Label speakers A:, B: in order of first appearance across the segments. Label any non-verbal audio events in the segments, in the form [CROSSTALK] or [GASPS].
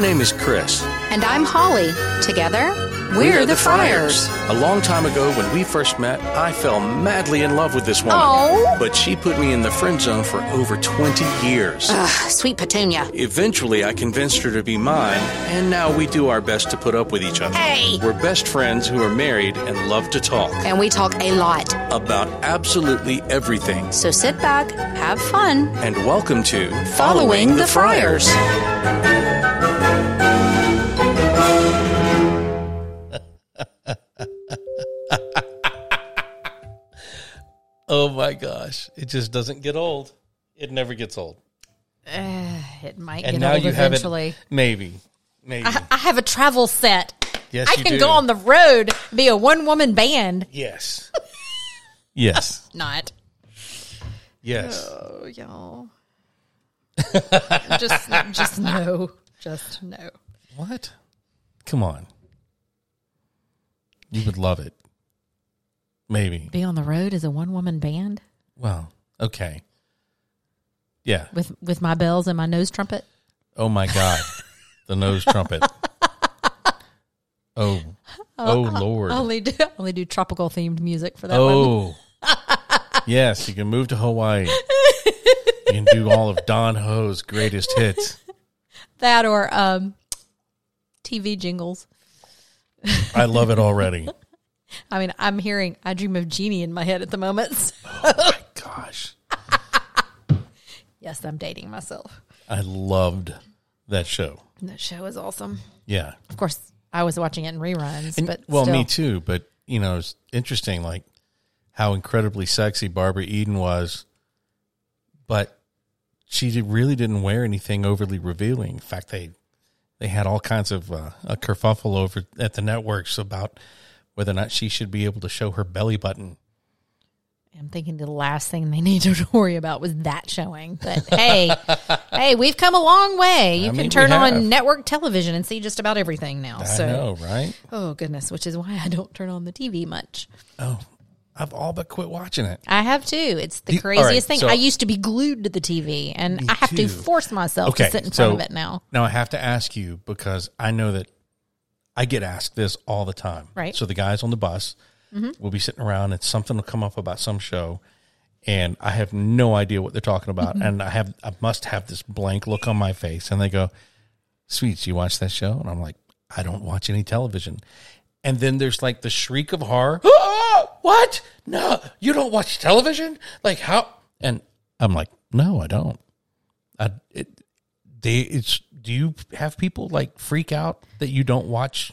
A: name is Chris.
B: And I'm Holly. Together, we're, the, Friars.
A: A long time ago, when we first met, I fell madly in love with this woman.
B: Oh.
A: But she put me in the friend zone for over 20 years.
B: Ugh, Ah, sweet Petunia.
A: Eventually, I convinced her to be mine, and now we do our best to put up with each other.
B: Hey.
A: We're best friends who are married and love to talk
B: And we talk a lot.
A: about absolutely everything.
B: So sit back, have fun.
A: And welcome to
B: Following the Friars.
C: [LAUGHS] Oh my gosh. It just doesn't get old. It never gets old.
D: It might
C: And
D: get
C: now
D: old
C: you have
D: eventually. Uh-huh.
C: it. Maybe. Maybe.
D: I, I have a travel set.
C: Yes,
D: I
C: you
D: can
C: do.
D: go on the road, be a one woman band.
C: yes. yes.
D: Not.
C: Yes.
D: Oh, y'all. just, just no. Just no.
C: What? Come on. You would love it. Maybe.
D: Be on the road as a one woman band
C: Well, okay. Yeah.
D: with, with my bells and my nose trumpet.
C: Oh my
D: [LAUGHS]
C: God. the nose trumpet. Oh. Oh, Lord.
D: I only do, only do tropical themed music for that one. [LAUGHS]
C: Oh. yes, you can move to Hawaii. You can do all of Don Ho's greatest hits.
D: That or um, TV jingles.
C: I love it already.
D: I mean, I'm hearing I Dream of Jeannie in my head at the moment. [LAUGHS]
C: Oh Gosh.
D: yes, I'm dating myself.
C: I loved that show.
D: That show is awesome.
C: Yeah.
D: Of course, I was watching it in reruns,
C: And-
D: but
C: well,
D: still.
C: me too, but you know, it's interesting like how incredibly sexy Barbara Eden was, but she did- really didn't wear anything overly revealing. In fact, they they had all kinds of uh, a kerfuffle over at the networks about whether or not she should be able to show her belly button.
D: I'm thinking the last thing they [LAUGHS] needed to worry about was that showing. But
C: [LAUGHS]
D: hey, hey, we've come a long way. You
C: I
D: can
C: mean, we
D: turn
C: have.
D: on network television and see just about everything now. so,
C: I know, right?
D: oh goodness, which is why I don't turn on the TV much.
C: Oh, I've all but quit watching it.
D: I have too. It's the
C: You- all
D: craziest
C: right,
D: thing.
C: so-
D: I used to be glued to the TV, and
C: Me
D: I have
C: too.
D: to force myself to sit in front of it now.
C: Now I have to ask you because I know that I get asked this all the time.
D: Right. Mm-hmm.
C: So the guys on the bus will be sitting around and something will come up about some show and I have no idea what they're talking about.
D: Mm-hmm.
C: And I have I must have this blank look on my face and they go, Sweets, you watch that show? And I'm like, I don't watch any television. And then there's like the shriek of
D: [GASPS]
C: horror. [GASPS] "Ah, what? No, you don't watch television? Like how? And I'm like, no, I don't. I, it, they it's do you have people like freak out that you don't watch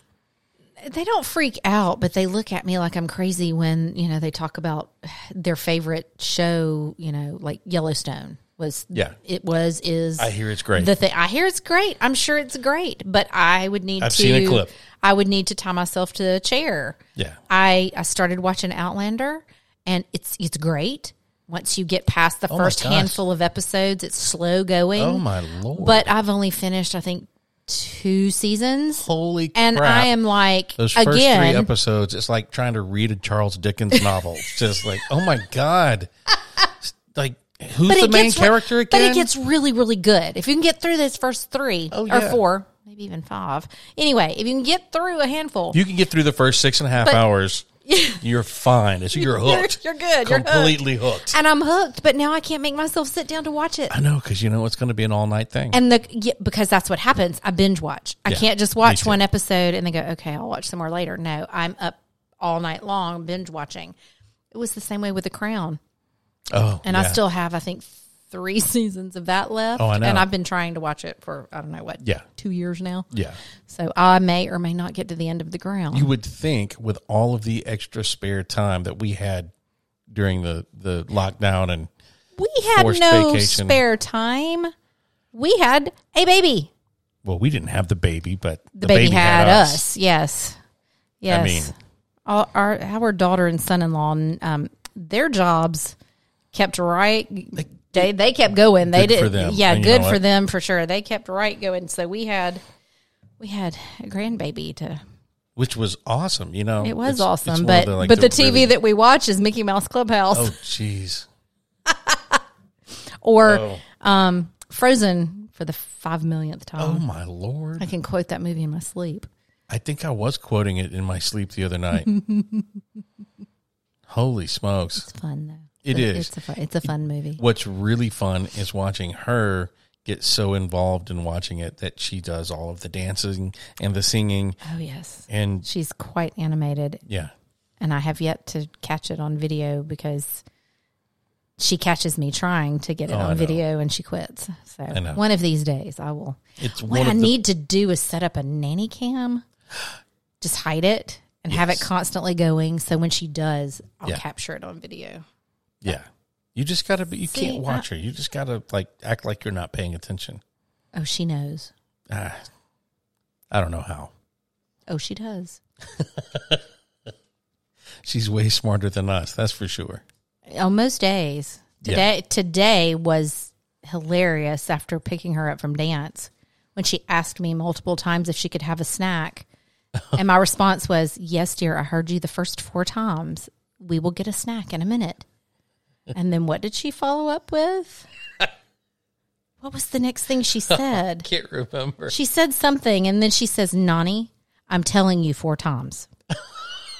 D: They don't freak out, but they look at me like I'm crazy when you know they talk about their favorite show. You know, like Yellowstone was.
C: Yeah.
D: it was. Is
C: I hear it's great.
D: The thing I hear it's great. I'm sure it's great, but I would need.
C: I've
D: to,
C: seen a clip.
D: I would need to tie myself to a chair.
C: Yeah.
D: I I started watching Outlander, and it's it's great. Once you get past the
C: Oh my
D: first
C: gosh.
D: handful of episodes, it's slow going.
C: Oh my lord.
D: Mm. But I've only finished, I think, two seasons.
C: holy
D: and
C: crap.
D: I am like
C: those first
D: again.
C: three episodes it's like trying to read a charles dickens
D: [LAUGHS]
C: novel It's just like oh my god like who's
D: but
C: the
D: it
C: main
D: gets re-
C: character again
D: But it gets really, really good if you can get through those first three
C: Oh,
D: or
C: yeah.
D: four, maybe even five. Anyway, if you can get through a handful,
C: you can get through the first six and a half
D: [LAUGHS]
C: hours you're fine it's you're hooked
D: you're good, you're hooked.
C: completely hooked,
D: and I'm hooked. But now I can't make myself sit down to watch it.
C: i know because you know it's going to be an all-night thing
D: And the yeah, because that's what happens. I binge watch. I
C: Yeah,
D: can't just
C: me
D: watch
C: too.
D: one episode and then go, okay, I'll watch some more later. No, I'm up all night long binge watching. It was the same way with The Crown.
C: oh
D: and I
C: yeah.
D: still have I think three [LAUGHS] seasons of that left.
C: Oh, I know.
D: And I've been trying to watch it for I don't know what,
C: Yeah.
D: two years now.
C: yeah
D: So I may or may not get to the end of the ground.
C: you would think with all of the extra spare time that we had during the the lockdown and
D: we had
C: forced
D: no
C: vacation.
D: spare time. We had a baby.
C: well we didn't have the baby but
D: The, baby, had, us. Yes, yes.
C: I mean
D: All, our our daughter and son in law, um, their jobs kept right. They they kept going. They
C: Good for
D: did.
C: them.
D: Yeah,
C: And you
D: good
C: know
D: for
C: what?
D: them for sure. They kept right going. So we had we had a grandbaby to
C: which was awesome you know
D: It was
C: Oh, It's- it's
D: awesome,
C: one
D: but
C: of like,
D: but the, TV
C: really-
D: that we watch is Mickey Mouse Clubhouse
C: oh jeez
D: or
C: oh
D: um, Frozen for the five millionth time.
C: Oh my lord!
D: I can quote that movie in my sleep.
C: I think I was quoting it in my sleep the other
D: [LAUGHS]
C: night. Holy smokes!
D: It's fun though.
C: It
D: It is.
C: is.
D: It's a fun, it's a fun movie.
C: What's really fun is watching her get so involved in watching it that she does all of the dancing and the singing
D: Oh yes,
C: and
D: she's quite animated,
C: yeah.
D: and I have yet to catch it on video because she catches me trying to get it
C: Oh, I
D: on
C: know.
D: video and she quits. So
C: know.
D: one of these days I will.
C: It's
D: What
C: one
D: I
C: of the
D: need to do is set up a nanny cam, [GASPS] just hide it and have it
C: Yes.
D: constantly going. So when she does, I'll
C: Yeah.
D: capture it on video.
C: yeah. You just gotta. be You
D: See, uh,
C: can't watch her. You just gotta like act like you're not paying attention.
D: Oh, she knows.
C: Ah, I don't know how.
D: Oh, she does.
C: She's way smarter than us. That's for sure.
D: On most days.
C: Yeah.
D: Today today was hilarious after picking her up from dance when she asked me multiple times if she could have a snack. and my response was, Yes, dear, I heard you the first four times. We will get a snack in a minute. And then what did she follow up with? what was the next thing
C: [LAUGHS]
D: she said?
C: Can't remember.
D: She said something and then she says, Nani, I'm telling you four times.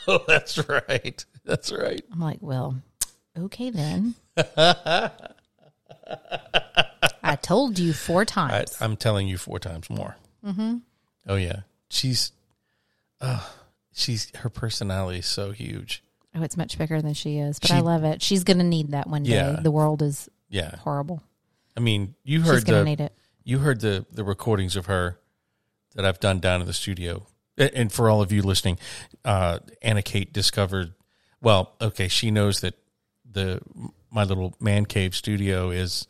C: Oh, that's right. That's right.
D: I'm like, well,
C: [LAUGHS]
D: okay then. I told you four
C: I,
D: times.
C: I'm telling you four times more. Mm-hmm. Oh yeah, she's, uh, she's her personality is so huge.
D: oh, it's much bigger than she is, but
C: She-
D: I love it. She's going to need that one day.
C: Yeah.
D: The world is
C: Yeah,
D: horrible.
C: I mean, you
D: She's
C: heard
D: going to
C: the
D: need it.
C: you heard the the recordings of her that I've done down in the studio. A- And for all of you listening, uh, Anna Kate discovered. Well, okay, she knows that the my little man cave studio is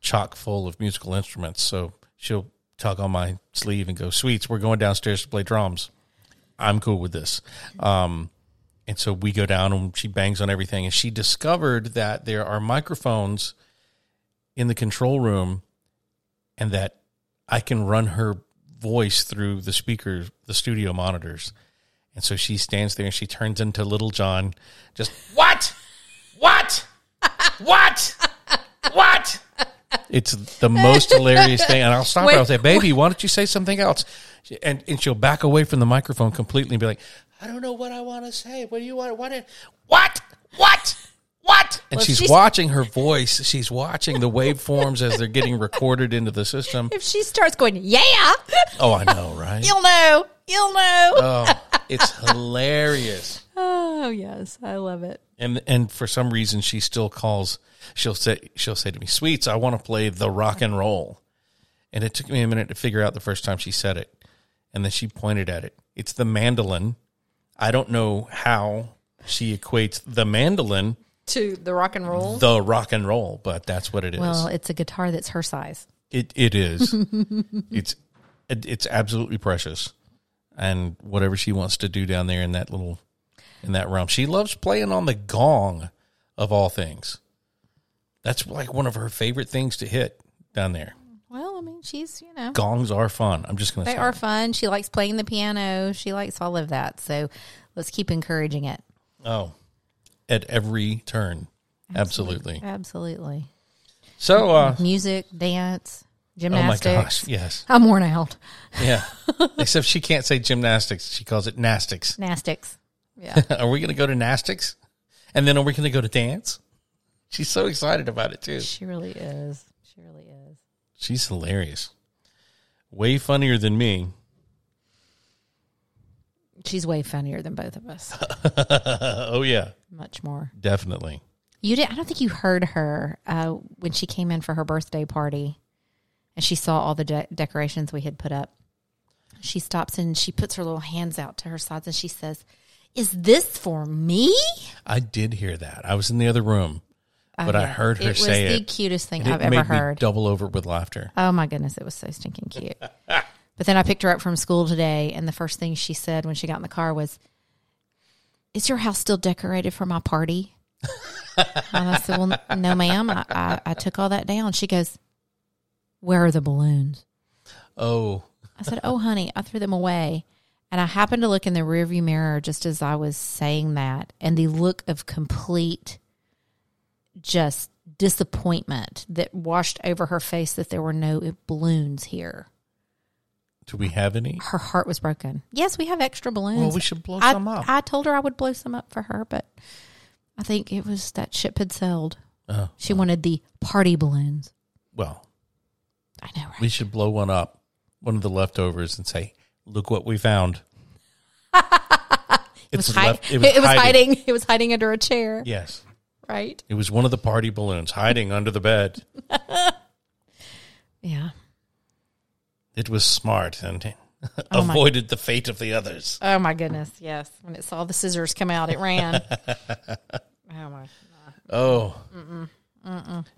C: chock full of musical instruments. So she'll tug on my sleeve and go, "Sweets, we're going downstairs to play drums." I'm cool with this. Um, and so we go down and she bangs on everything. And she discovered that there are microphones in the control room and that I can run her voice through the speakers, the studio monitors. And so she stands there and she turns into Little John, just what? What? What? What? It's the most hilarious thing. And I'll stop her. I'll say, baby, why don't you say something else? She- And, and she'll back away from the microphone completely and be like, I don't know what I want to say. What do you want? What? it- What? What? What? And
D: Well,
C: she's,
D: she's-
C: watching her voice. She's watching the waveforms as they're getting recorded into the system.
D: If she starts going, yeah,
C: Oh, I know, right?
D: you'll know. You'll know.
C: Oh, it's hilarious.
D: oh, yes. I love it.
C: And and for some reason she still calls she'll say she'll say to me, Sweets, I want to play the rock and roll. And it took me a minute to figure out the first time she said it. And then she pointed at it. It's the mandolin. I don't know how she equates the mandolin,
D: To the rock and roll.
C: the rock and roll, but that's what it is.
D: Well, it's a guitar that's her size.
C: It it is. [LAUGHS] it's it, it's absolutely precious, and whatever she wants to do down there in that little in that realm, she loves playing on the gong of all things. That's like one of her favorite things to hit down there.
D: Well, I mean, she's, you know.
C: Gongs are fun. I'm just gonna
D: They
C: say
D: are
C: it.
D: fun. She likes playing the piano. She likes all of that. So let's keep encouraging it.
C: oh at every turn, absolutely.
D: Absolutely.
C: So, uh,
D: Music, dance,
C: oh my
D: gymnastics.
C: gosh, yes,
D: I'm worn out. [LAUGHS]
C: yeah. Except she can't say gymnastics; she calls it nastics.
D: Gymnastics. Yeah.
C: are we going to go to Nastics? And then are we going to go to dance? She's so excited about it too.
D: she really is. She really is.
C: She's hilarious. Way funnier than me.
D: She's way funnier than both of
C: [LAUGHS]
D: us.
C: oh yeah,
D: Much more.
C: definitely.
D: You did I don't think you heard her uh, when she came in for her birthday party and she saw all the de- decorations we had put up. She stops and she puts her little hands out to her sides and she says, "Is this for me?"
C: I did hear that. I was in the other room, but I
D: Oh, yeah.
C: heard her
D: it
C: say
D: was the
C: it.
D: cutest thing
C: and
D: I've
C: it made
D: ever heard.
C: me double over with laughter.
D: oh my goodness, it was so stinking cute. but then I picked her up from school today, and the first thing she said when she got in the car was, "Is your house still decorated for my party?" and I said, "Well, no, ma'am. I, I, I took all that down." She goes, "Where are the balloons?"
C: Oh,
D: I said, "Oh, honey, I threw them away." And I happened to look in the rearview mirror just as I was saying that, and the look of complete, just disappointment that washed over her face that there were no balloons here.
C: Do we have any?
D: Her heart was broken. Yes, we have extra balloons.
C: Well, we should blow
D: I,
C: some up.
D: I told her I would blow some up for her, but I think it was that ship had sailed.
C: Oh.
D: She wanted the party balloons.
C: well,
D: I know, right?
C: we should blow one up, one of the leftovers, and say, "Look what we found."
D: [LAUGHS] it, was
C: It's
D: hiding.
C: left-
D: [LAUGHS] it, was hiding. It was hiding under a chair,
C: Yes,
D: right?
C: it was one of the party balloons hiding under the bed.
D: Yeah.
C: It was smart and
D: my-
C: avoided the fate of the others.
D: Oh my goodness, yes. When it saw the scissors come out,
C: [LAUGHS]
D: it ran. oh my.
C: Oh,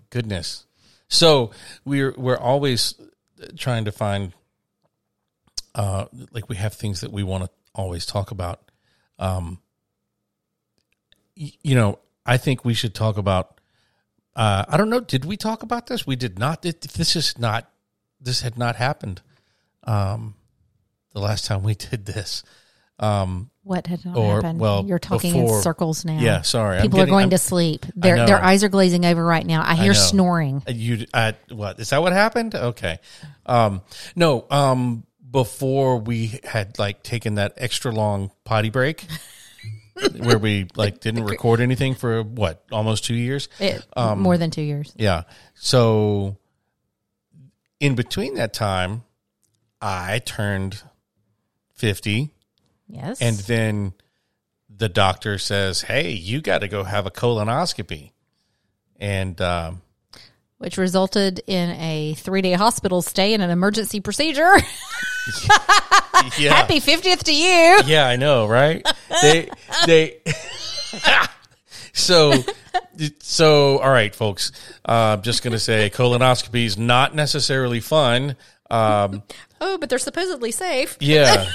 C: goodness! So we're we're always trying to find, uh, like we have things that we want to always talk about. Um, y- you know, I think we should talk about. Uh, I don't know. Did we talk about this? We did not. It, this is not. This had not happened. Um, the last time we [LAUGHS] did this. Um,
D: What had not
C: Or,
D: happened?
C: well,
D: You're talking
C: before-
D: in circles now.
C: yeah, sorry. I'm
D: People
C: getting-
D: are going
C: I'm-
D: to sleep. Their their
C: know.
D: eyes are glazing over right now. I hear
C: know.
D: snoring.
C: Uh, You uh, what is that? What happened? Okay, um, no. Um, before we had like taken that extra long potty
D: [LAUGHS]
C: break, where we like didn't record anything for what almost two years.
D: It,
C: Um,
D: more than two years.
C: Yeah. So in between that time, I turned fifty,
D: Yes.
C: and then the doctor says, "Hey, you got to go have a colonoscopy," and um, [LAUGHS]
D: which resulted in a three day hospital stay and an emergency procedure. [LAUGHS]
C: yeah.
D: Happy fiftieth to you.
C: yeah, I know, right? They they [LAUGHS] So so all right, folks. Uh, I'm just going to say colonoscopy is not necessarily fun. Um,
D: Oh, but they're supposedly safe.
C: yeah.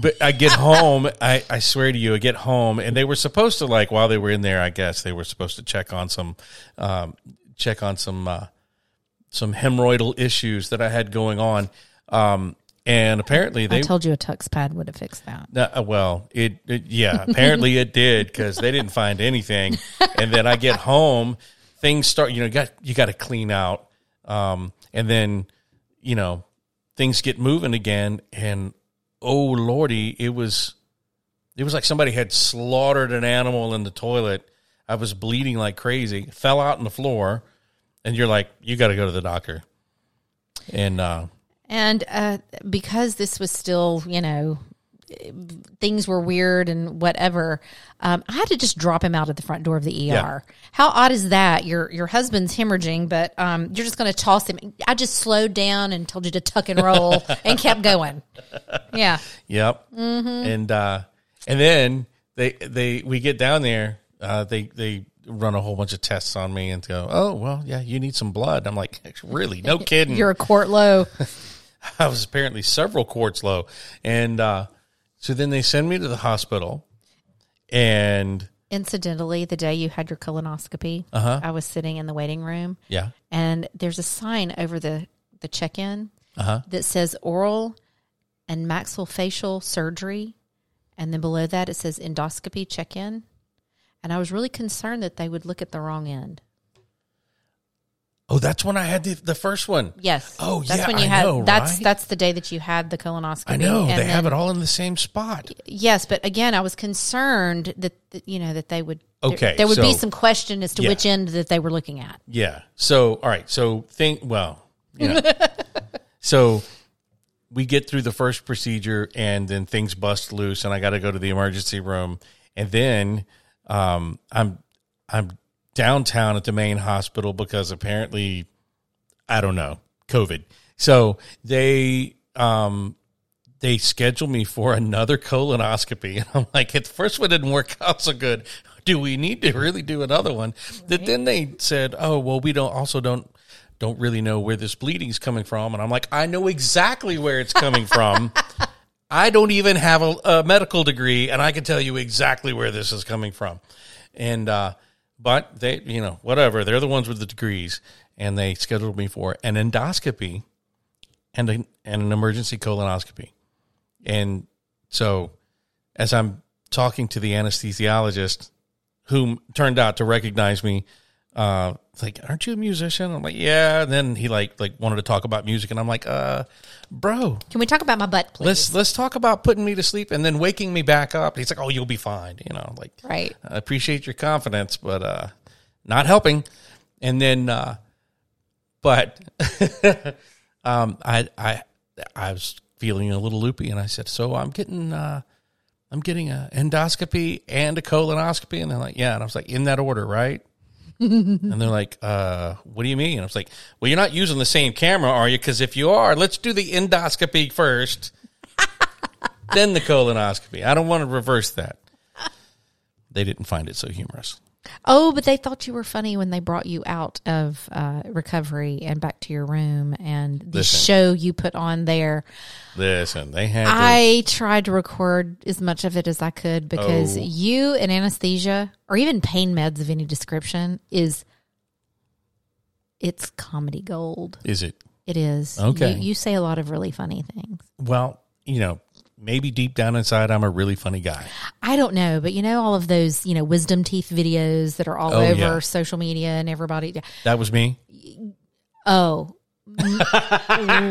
C: But I get home, I, I swear to you, I get home and they were supposed to like while they were in there, I guess they were supposed to check on some um, check on some uh, some hemorrhoidal issues that I had going on. Um, and apparently
D: I
C: they
D: told you a tux pad would have fixed that.
C: No, uh, well, it, it yeah, apparently it did because they didn't find anything, and then I get home, things start. You know, you got you got to clean out, um, and then you know things get moving again, and oh lordy, it was it was like somebody had slaughtered an animal in the toilet. I was bleeding like crazy, fell out on the floor, and you're like, you got to go to the doctor, and uh,
D: And uh, because this was still, you know, things were weird and whatever, um, I had to just drop him out at the front door of the ER. How odd is that? Your your husband's hemorrhaging, but um, you're just going to toss him. I just slowed down and told you to tuck and roll and kept going. Yeah.
C: Yep.
D: Mm-hmm.
C: And uh, and then they they we get down there. Uh, they they run a whole bunch of tests on me and go, oh well, yeah, you need some blood. I'm like, really?
D: [LAUGHS]
C: No kidding.
D: You're a quart low.
C: I was apparently several quarts low, and uh, so then they send me to the hospital, and
D: Incidentally, the day you had your colonoscopy, I was sitting in the waiting room.
C: yeah,
D: and there's a sign over the the check-in
C: Uh-huh.
D: that says oral and maxillofacial surgery and then below that it says endoscopy check-in and i was really concerned that they would look at the wrong end
C: oh, that's when I had the, the first one.
D: yes
C: Oh,
D: that's
C: yeah,
D: when you
C: I
D: had
C: know,
D: that's
C: right?
D: that's the day that you had the colonoscopy
C: I know they
D: and
C: have
D: then-
C: it all in the same spot.
D: yes but again i was concerned that, that you know that they would there-
C: Okay,
D: there, would be
C: so-
D: some question as to
C: Yeah.
D: which end that they were looking at
C: Yeah. So, all right. So, think, well, you know. so we get through the first procedure and then things bust loose and I got to go to the emergency room. And then um, I'm, I'm downtown at the main hospital because apparently, I don't know, COVID. So they, um, they schedule me for another colonoscopy. [LAUGHS] And I'm like, if the first one didn't work out so good, do we need to really do another one? That then they said, oh, well, we don't also don't don't really know where this bleeding's coming from. And I'm like, I know exactly where it's coming from. I don't even have a, a medical degree, and I can tell you exactly where this is coming from. And uh, but they, you know, whatever. They're the ones with the degrees, and they scheduled me for an endoscopy and an, and an emergency colonoscopy. And so, as I'm talking to the anesthesiologist, whom turned out to recognize me, uh, it's like, aren't you a musician? I'm like, yeah. And then he like like wanted to talk about music, and I'm like, uh, bro,
D: Can we talk about my butt, please?
C: let's let's talk about putting me to sleep and then waking me back up. And he's like, oh, you'll be fine. You know, I'm like,
D: Right.
C: I appreciate your confidence, but uh, not helping. And then, uh, but [LAUGHS] um, I I I was feeling a little loopy, and I said, "So I'm getting uh, I'm getting a endoscopy and a colonoscopy," and they're like, "Yeah," and I was like, "In that order, right?" and they're like, uh, "What do you mean?" And I was like, "Well, you're not using the same camera, are you? Because if you are, let's do the endoscopy first, [LAUGHS] then the colonoscopy. I don't want to reverse that." They didn't find it so humorous.
D: Oh, but they thought you were funny when they brought you out of uh, recovery and back to your room and the
C: Listen.
D: show you put on there.
C: Listen, they had to-
D: I tried to record as much of it as I could because
C: Oh.
D: you and anesthesia or even pain meds of any description is it's comedy gold.
C: is it
D: It is.
C: Okay.
D: You, you say a lot of really funny things.
C: well, you know, maybe deep down inside, I'm a really funny guy.
D: I don't know, but you know all of those, you know, wisdom teeth videos that are all
C: Oh,
D: over
C: yeah.
D: social media and everybody.
C: That was me.
D: Oh, m-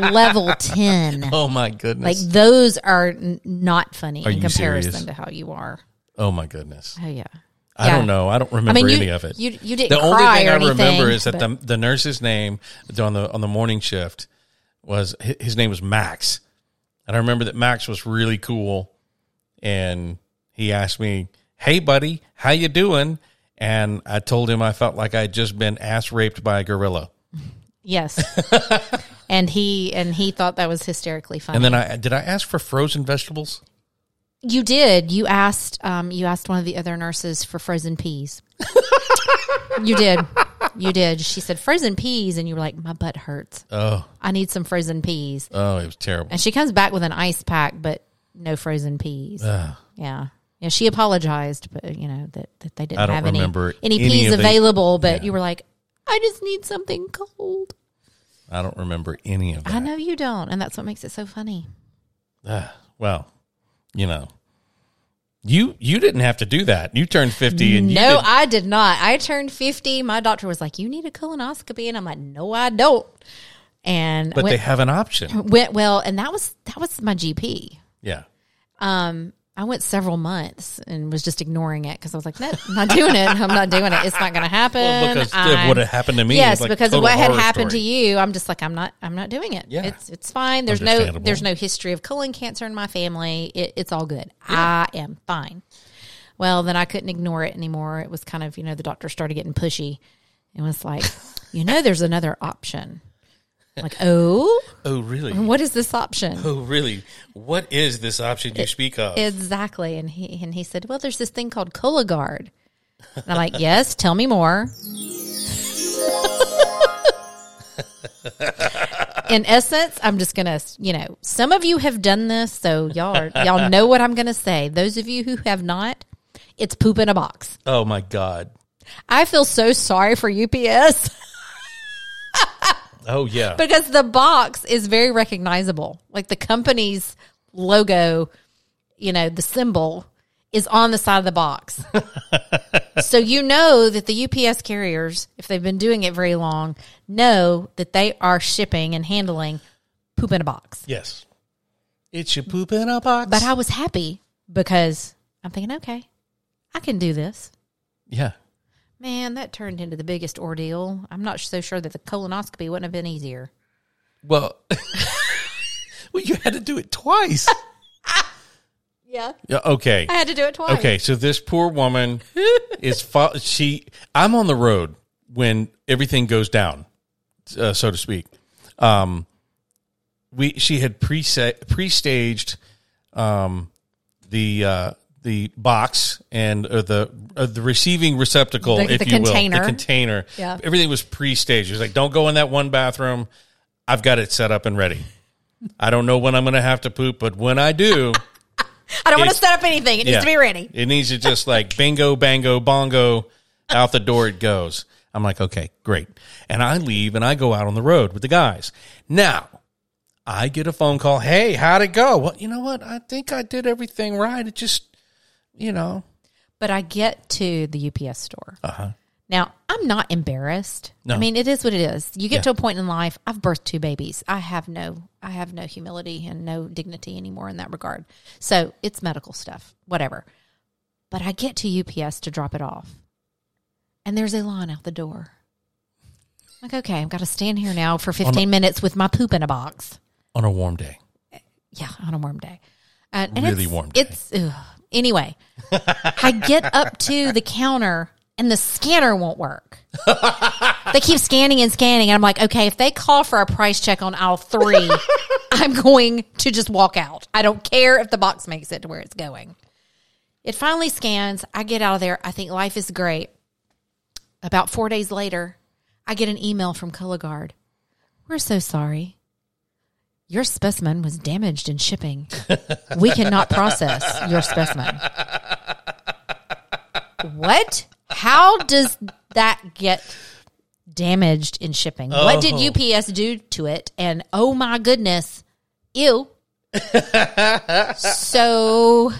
C: [LAUGHS]
D: level 10.
C: Oh my
D: Like
C: goodness.
D: those are n- not funny
C: Are
D: in
C: you
D: comparison
C: serious?
D: to how you are.
C: oh my goodness.
D: Oh yeah.
C: I
D: Yeah.
C: don't know. I don't remember
D: I mean, you,
C: any of it.
D: You you didn't
C: the only
D: cry
C: thing
D: or
C: I
D: anything,
C: remember is that
D: but-
C: the the nurse's name on the on the morning shift was hi- his name was Max, and I remember that Max was really cool, and he asked me, "Hey, buddy, how you doing?" And I told him I felt like I had just been ass raped by a gorilla.
D: yes.
C: [LAUGHS]
D: and he and he thought that was hysterically funny.
C: And then I did I ask for frozen vegetables?
D: you did. You asked um you asked one of the other nurses for
C: [LAUGHS]
D: frozen peas. you did. You did. She said frozen peas and you were like my butt hurts.
C: Oh,
D: I need some frozen peas.
C: oh, it was terrible.
D: And she comes back with an ice pack, but no frozen peas. Yeah. Yeah, she apologized, but you know that, that they didn't
C: I don't
D: have any
C: remember
D: any
C: any
D: peas
C: of the-
D: available. But you were like, I just need something cold.
C: I don't remember any of that.
D: I know you don't, and that's what makes it so funny.
C: Ah, well, you know, you you didn't have to do that. You turned fifty, and you
D: No,
C: didn't-
D: I did not. I turned fifty. My doctor was like, "You need a colonoscopy," and I'm like, "No, I don't." And
C: but they
D: went,
C: have an option.
D: went well, and that was that was my GP.
C: Yeah.
D: Um, I went several months and was just ignoring it because I was like, no, I'm not doing it. I'm not doing it. It's not going to happen.
C: Well, because of
D: I'm-
C: what had happened to me,
D: Yes,
C: like
D: because of
C: total
D: what had
C: horror
D: happened
C: story.
D: to you. I'm just like, I'm not. I'm not doing it.
C: Yeah.
D: it's it's fine. There's no
C: Understandable.
D: there's no history of colon cancer in my family. It, it's all good. I am fine. Well, then I couldn't ignore it anymore. It was kind of you know the doctor started getting pushy and was
C: [LAUGHS]
D: like, you know, there's another option. Like, oh,
C: Oh really?
D: what is this option?
C: Oh really? What is this option you speak of?
D: Exactly. And he and he said, Well, there's this thing called Cologuard. And I'm like, Yes, tell me more. In essence, I'm just gonna, you know, some of you have done this, so y'all are, y'all know what I'm gonna say. Those of you who have not, it's poop in a box.
C: oh my god.
D: I feel so sorry for UPS
C: Oh yeah.
D: because the box is very recognizable. Like the company's logo, you know, the symbol is on the side of
C: [LAUGHS]
D: the box. so you know that the UPS carriers, if they've been doing it very long, know that they are shipping and handling poop in a box.
C: yes. It's your poop in a box.
D: But I was happy because I'm thinking, okay, I can do this.
C: yeah.
D: Man, that turned into the biggest ordeal. I'm not so sure that the colonoscopy wouldn't have been easier.
C: Well. [LAUGHS] well, you had to do it twice.
D: Yeah.
C: [LAUGHS] yeah. Okay.
D: I had to do it twice.
C: Okay, so this poor woman
D: [LAUGHS]
C: is fo- she. I'm on the road when everything goes down, uh, so to speak. Um, we she had pre pre staged um, the uh, the box and or the uh, the receiving receptacle,
D: The-
C: if
D: the
C: you will,
D: container.
C: the container.
D: Yeah.
C: everything was pre staged. It was like, don't go in that one bathroom. I've got it set up and ready. I don't know when I'm going to have to poop, but when I do.
D: I don't want to
C: It's-
D: set up anything. It needs to be ready.
C: It needs to just like bingo, bango, bongo, out the door it goes. I'm like, okay, great. And I leave and I go out on the road with the guys. Now, I get a phone call. Hey, how'd it go? Well, you know what? I think I did everything right. It just, you know,
D: But I get to the UPS store. Now, I'm not embarrassed.
C: Uh-huh. No.
D: I mean, it is what it is. You get
C: Yeah.
D: to a point in life, I've birthed two babies. I have no I have no humility and no dignity anymore in that regard. So, it's medical stuff, whatever. But I get to UPS to drop it off. And there's a line out the door. Like, okay, I've got to stand here now for 15 minutes with my poop in a box.
C: on a warm day.
D: Yeah, on a warm day. Uh, and
C: Really
D: it's,
C: warm day.
D: It's ugh. anyway. I get up to the counter and the scanner won't work. they keep scanning and scanning, and I'm like, okay, if they call for a price check on
C: [LAUGHS]
D: aisle three, I'm going to just walk out. I don't care if the box makes it to where it's going. It finally scans. I get out of there. I think life is great. About four days later, I get an email from Cologuard. We're so sorry. Your specimen was damaged in shipping. We cannot process your specimen. What? How does that get damaged in shipping? What did UPS do to it? And oh my goodness,
C: [LAUGHS]
D: ew. so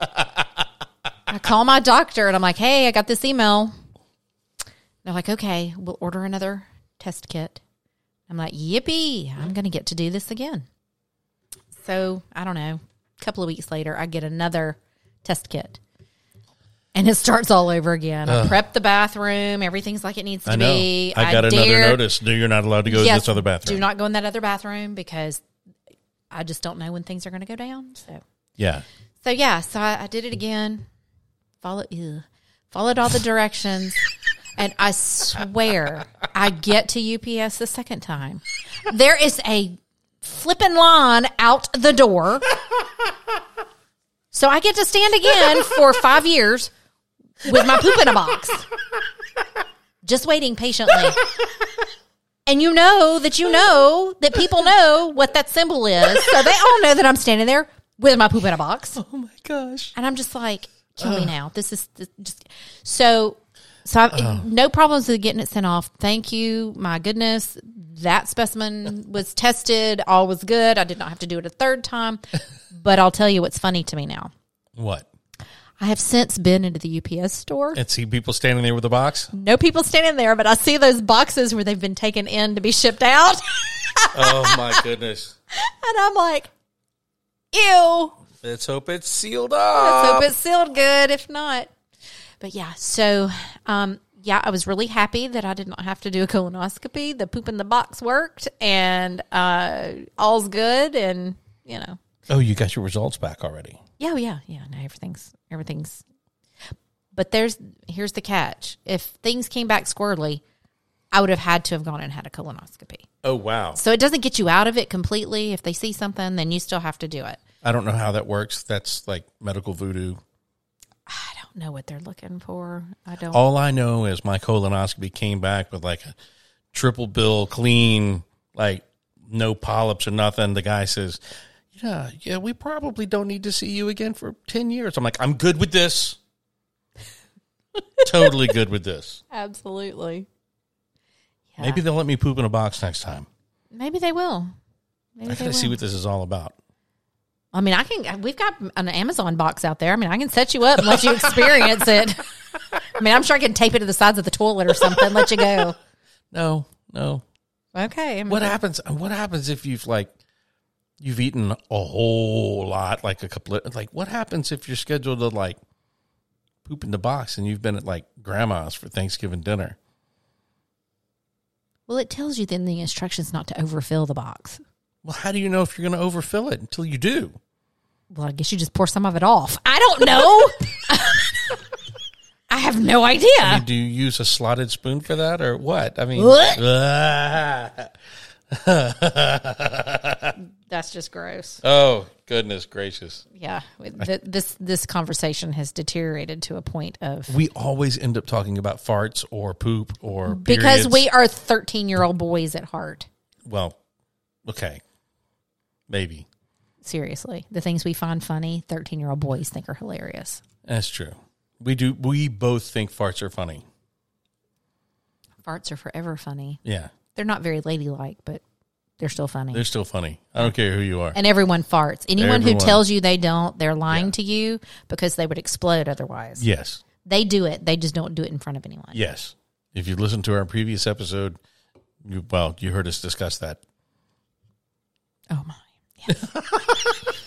D: I call my doctor and I'm like, hey, I got this email. They're like, okay, we'll order another test kit. I'm like, yippee, I'm going to get to do this again. So I don't know. A couple of weeks later, I get another test kit. And it starts all over again. I prep the bathroom. Everything's like it needs to
C: I know.
D: be.
C: I got another
D: dare-
C: notice. No, you're not allowed to go to
D: Yes,
C: this other bathroom.
D: Do not go in that other bathroom because I just don't know when things are going to go down. So,
C: yeah.
D: so yeah. So I, I did it again. Follow, ew, followed all the directions, and I swear I get to UPS the second time. There is a flipping line out the door, so I get to stand again for five years with my poop in a box, just waiting patiently. And you know that you know that people know what that symbol is. So they all know that I'm standing there with my poop in a box.
C: Oh my gosh.
D: And I'm just like, kill me now. This is this, just so. So I've, no problems with getting it sent off. Thank you. My goodness, that specimen was tested. All was good. I did not have to do it a third time. But I'll tell you what's funny to me now.
C: What?
D: I have since been into the UPS store.
C: And see people standing there with a box?
D: No people standing there, but I see those boxes where they've been taken in to be shipped out. [LAUGHS]
A: oh my goodness.
D: And I'm like, ew.
A: Let's hope it's sealed
D: Let's
A: up.
C: Uh,
D: hope it's sealed good. If not, but yeah. So, um, yeah, I was really happy that I did not have to do a colonoscopy. The poop in the box worked, and uh, all's good. And you know,
C: Oh, you got your results back already.
D: yeah, oh, yeah, yeah. No, everything's everything's. But there's here's the catch: if things came back squirrely, I would have had to have gone and had a colonoscopy.
C: Oh wow.
D: So it doesn't get you out of it completely. If they see something, then you still have to do it.
C: I don't know how that works. That's like medical voodoo.
D: I don't know what they're looking for. I don't.
C: All I know is my colonoscopy came back with like a triple bill clean, like no polyps or nothing. The guy says, "Yeah, yeah, we probably don't need to see you again for 10 years." I'm like, "I'm good with this."
D: [LAUGHS]
C: totally good with this.
D: Absolutely.
C: Maybe they'll let me poop in a box next time.
D: Maybe they will. Maybe
C: I
D: they will.
C: gotta see what this is all about.
D: I mean, I can. We've got an Amazon box out there. I mean, I can set you up and let you experience it. I mean, I'm sure I can tape it to the sides of the toilet or something. Let you go.
C: No, no.
D: Okay. I mean,
C: What happens? What happens if you've like you've eaten a whole lot, like a couple of like? What happens if you're scheduled to like poop in the box and you've been at like grandma's for Thanksgiving dinner?
D: Well, it tells you then the instructions not to overfill the box.
C: Well, how do you know if you're going to overfill it until you do?
D: Well, I guess you just pour some of it off. I don't know. [LAUGHS] I have no idea.
C: I mean, do you use a slotted spoon for that or what? I mean,
D: What?
C: Ah.
D: That's just gross.
C: [LAUGHS] oh goodness gracious!
D: Yeah. Th- this this conversation has deteriorated to a point of
C: We always end up talking about farts or poop or
D: because
C: periods.
D: we are 13 year old boys at heart.
C: well, okay, maybe
D: Seriously, the things we find funny, 13 year old boys think are hilarious.
C: That's true. We do. We both think farts are funny.
D: Farts are forever funny.
C: Yeah,
D: They're not very ladylike, but they're still funny.
C: they're still funny. I don't care who you are.
D: and everyone farts. Anyone who
C: Everyone.
D: tells you they don't, they're lying to you because they would explode otherwise.
C: Yes,
D: They do it, they just don't do it in front of anyone.
C: yes. If you listened to our previous episode, you, well, you heard us discuss that.
D: Oh my.
C: [LAUGHS]
D: Yes.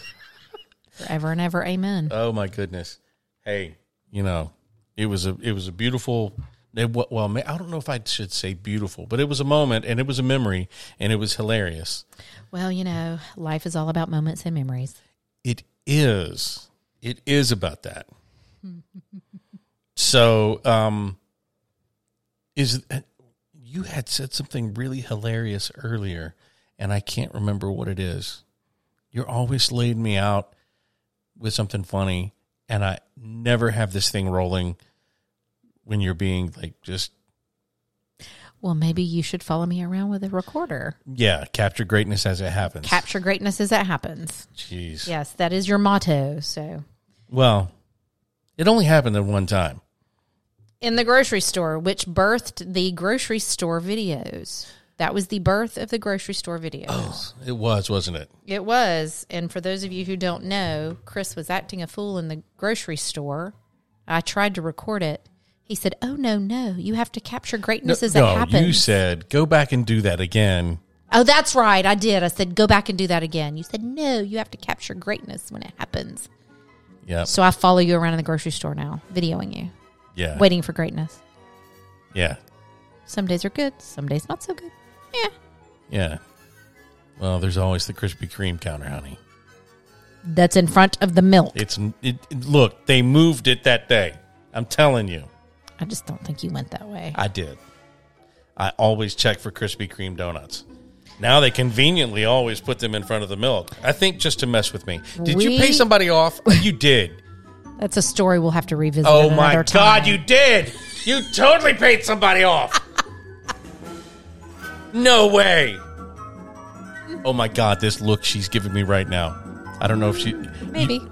D: Forever and ever, amen.
C: Oh my goodness! Hey, you know, it was a it was a beautiful. It, wa- well, ma- I don't know if I should say beautiful, but it was a moment and it was a memory and it was hilarious.
D: Well, you know, life is all about moments and memories.
C: It is. It is about that. so, um, is you had said something really hilarious earlier, and I can't remember what it is. You're always laying me out with something funny, and I never have this thing rolling when you're being like just
D: Well, maybe you should follow me around with a recorder.
C: yeah, capture greatness as it happens.
D: Capture greatness as it happens.
C: Jeez.
D: Yes, that is your motto. So,
C: Well, it only happened at one time.
D: in the grocery store, which birthed the grocery store videos. That was the birth of the grocery store videos.
C: It was, wasn't it?
D: It was. And for those of you who don't know, Chris was acting a fool in the grocery store. I tried to record it. He said, Oh, no, no. You have to capture greatness as it happens.
C: you said go back and do that again.
D: Oh, that's right. I did. I said, go back and do that again. You said, no, you have to capture greatness when it happens.
C: Yep.
D: So I follow you around in the grocery store now, videoing you,
C: Yeah.
D: waiting for greatness.
C: Yeah.
D: Some days are good, some days not so good. Yeah.
C: Yeah. Well, there's always the Krispy Kreme counter, honey.
D: That's in front of the milk.
C: It's it, it- look. They moved it that day. I'm telling you,
D: I just don't think you went that way.
C: I did. I always check for Krispy Kreme donuts. Now they conveniently always put them in front of the milk. I think just to mess with me. Did you pay
D: We-
C: somebody off? You did.
D: That's a story we'll have to revisit.
C: Oh
D: another
C: my
D: time.
C: god, you did! You totally paid somebody off. no way. Oh my god, this look she's giving me right now. I don't know if she.
D: Maybe.
C: You,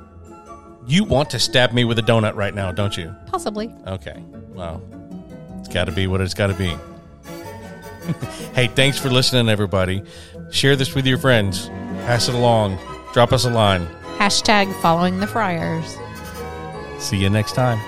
C: you want to stab me with a donut right now, don't you?
D: Possibly.
C: Okay. Well, it's got to be what it's got to be. [LAUGHS] hey, thanks for listening, everybody. Share this with your friends. Pass it along. Drop us a line.
D: Hashtag following the friars.
C: See you next time.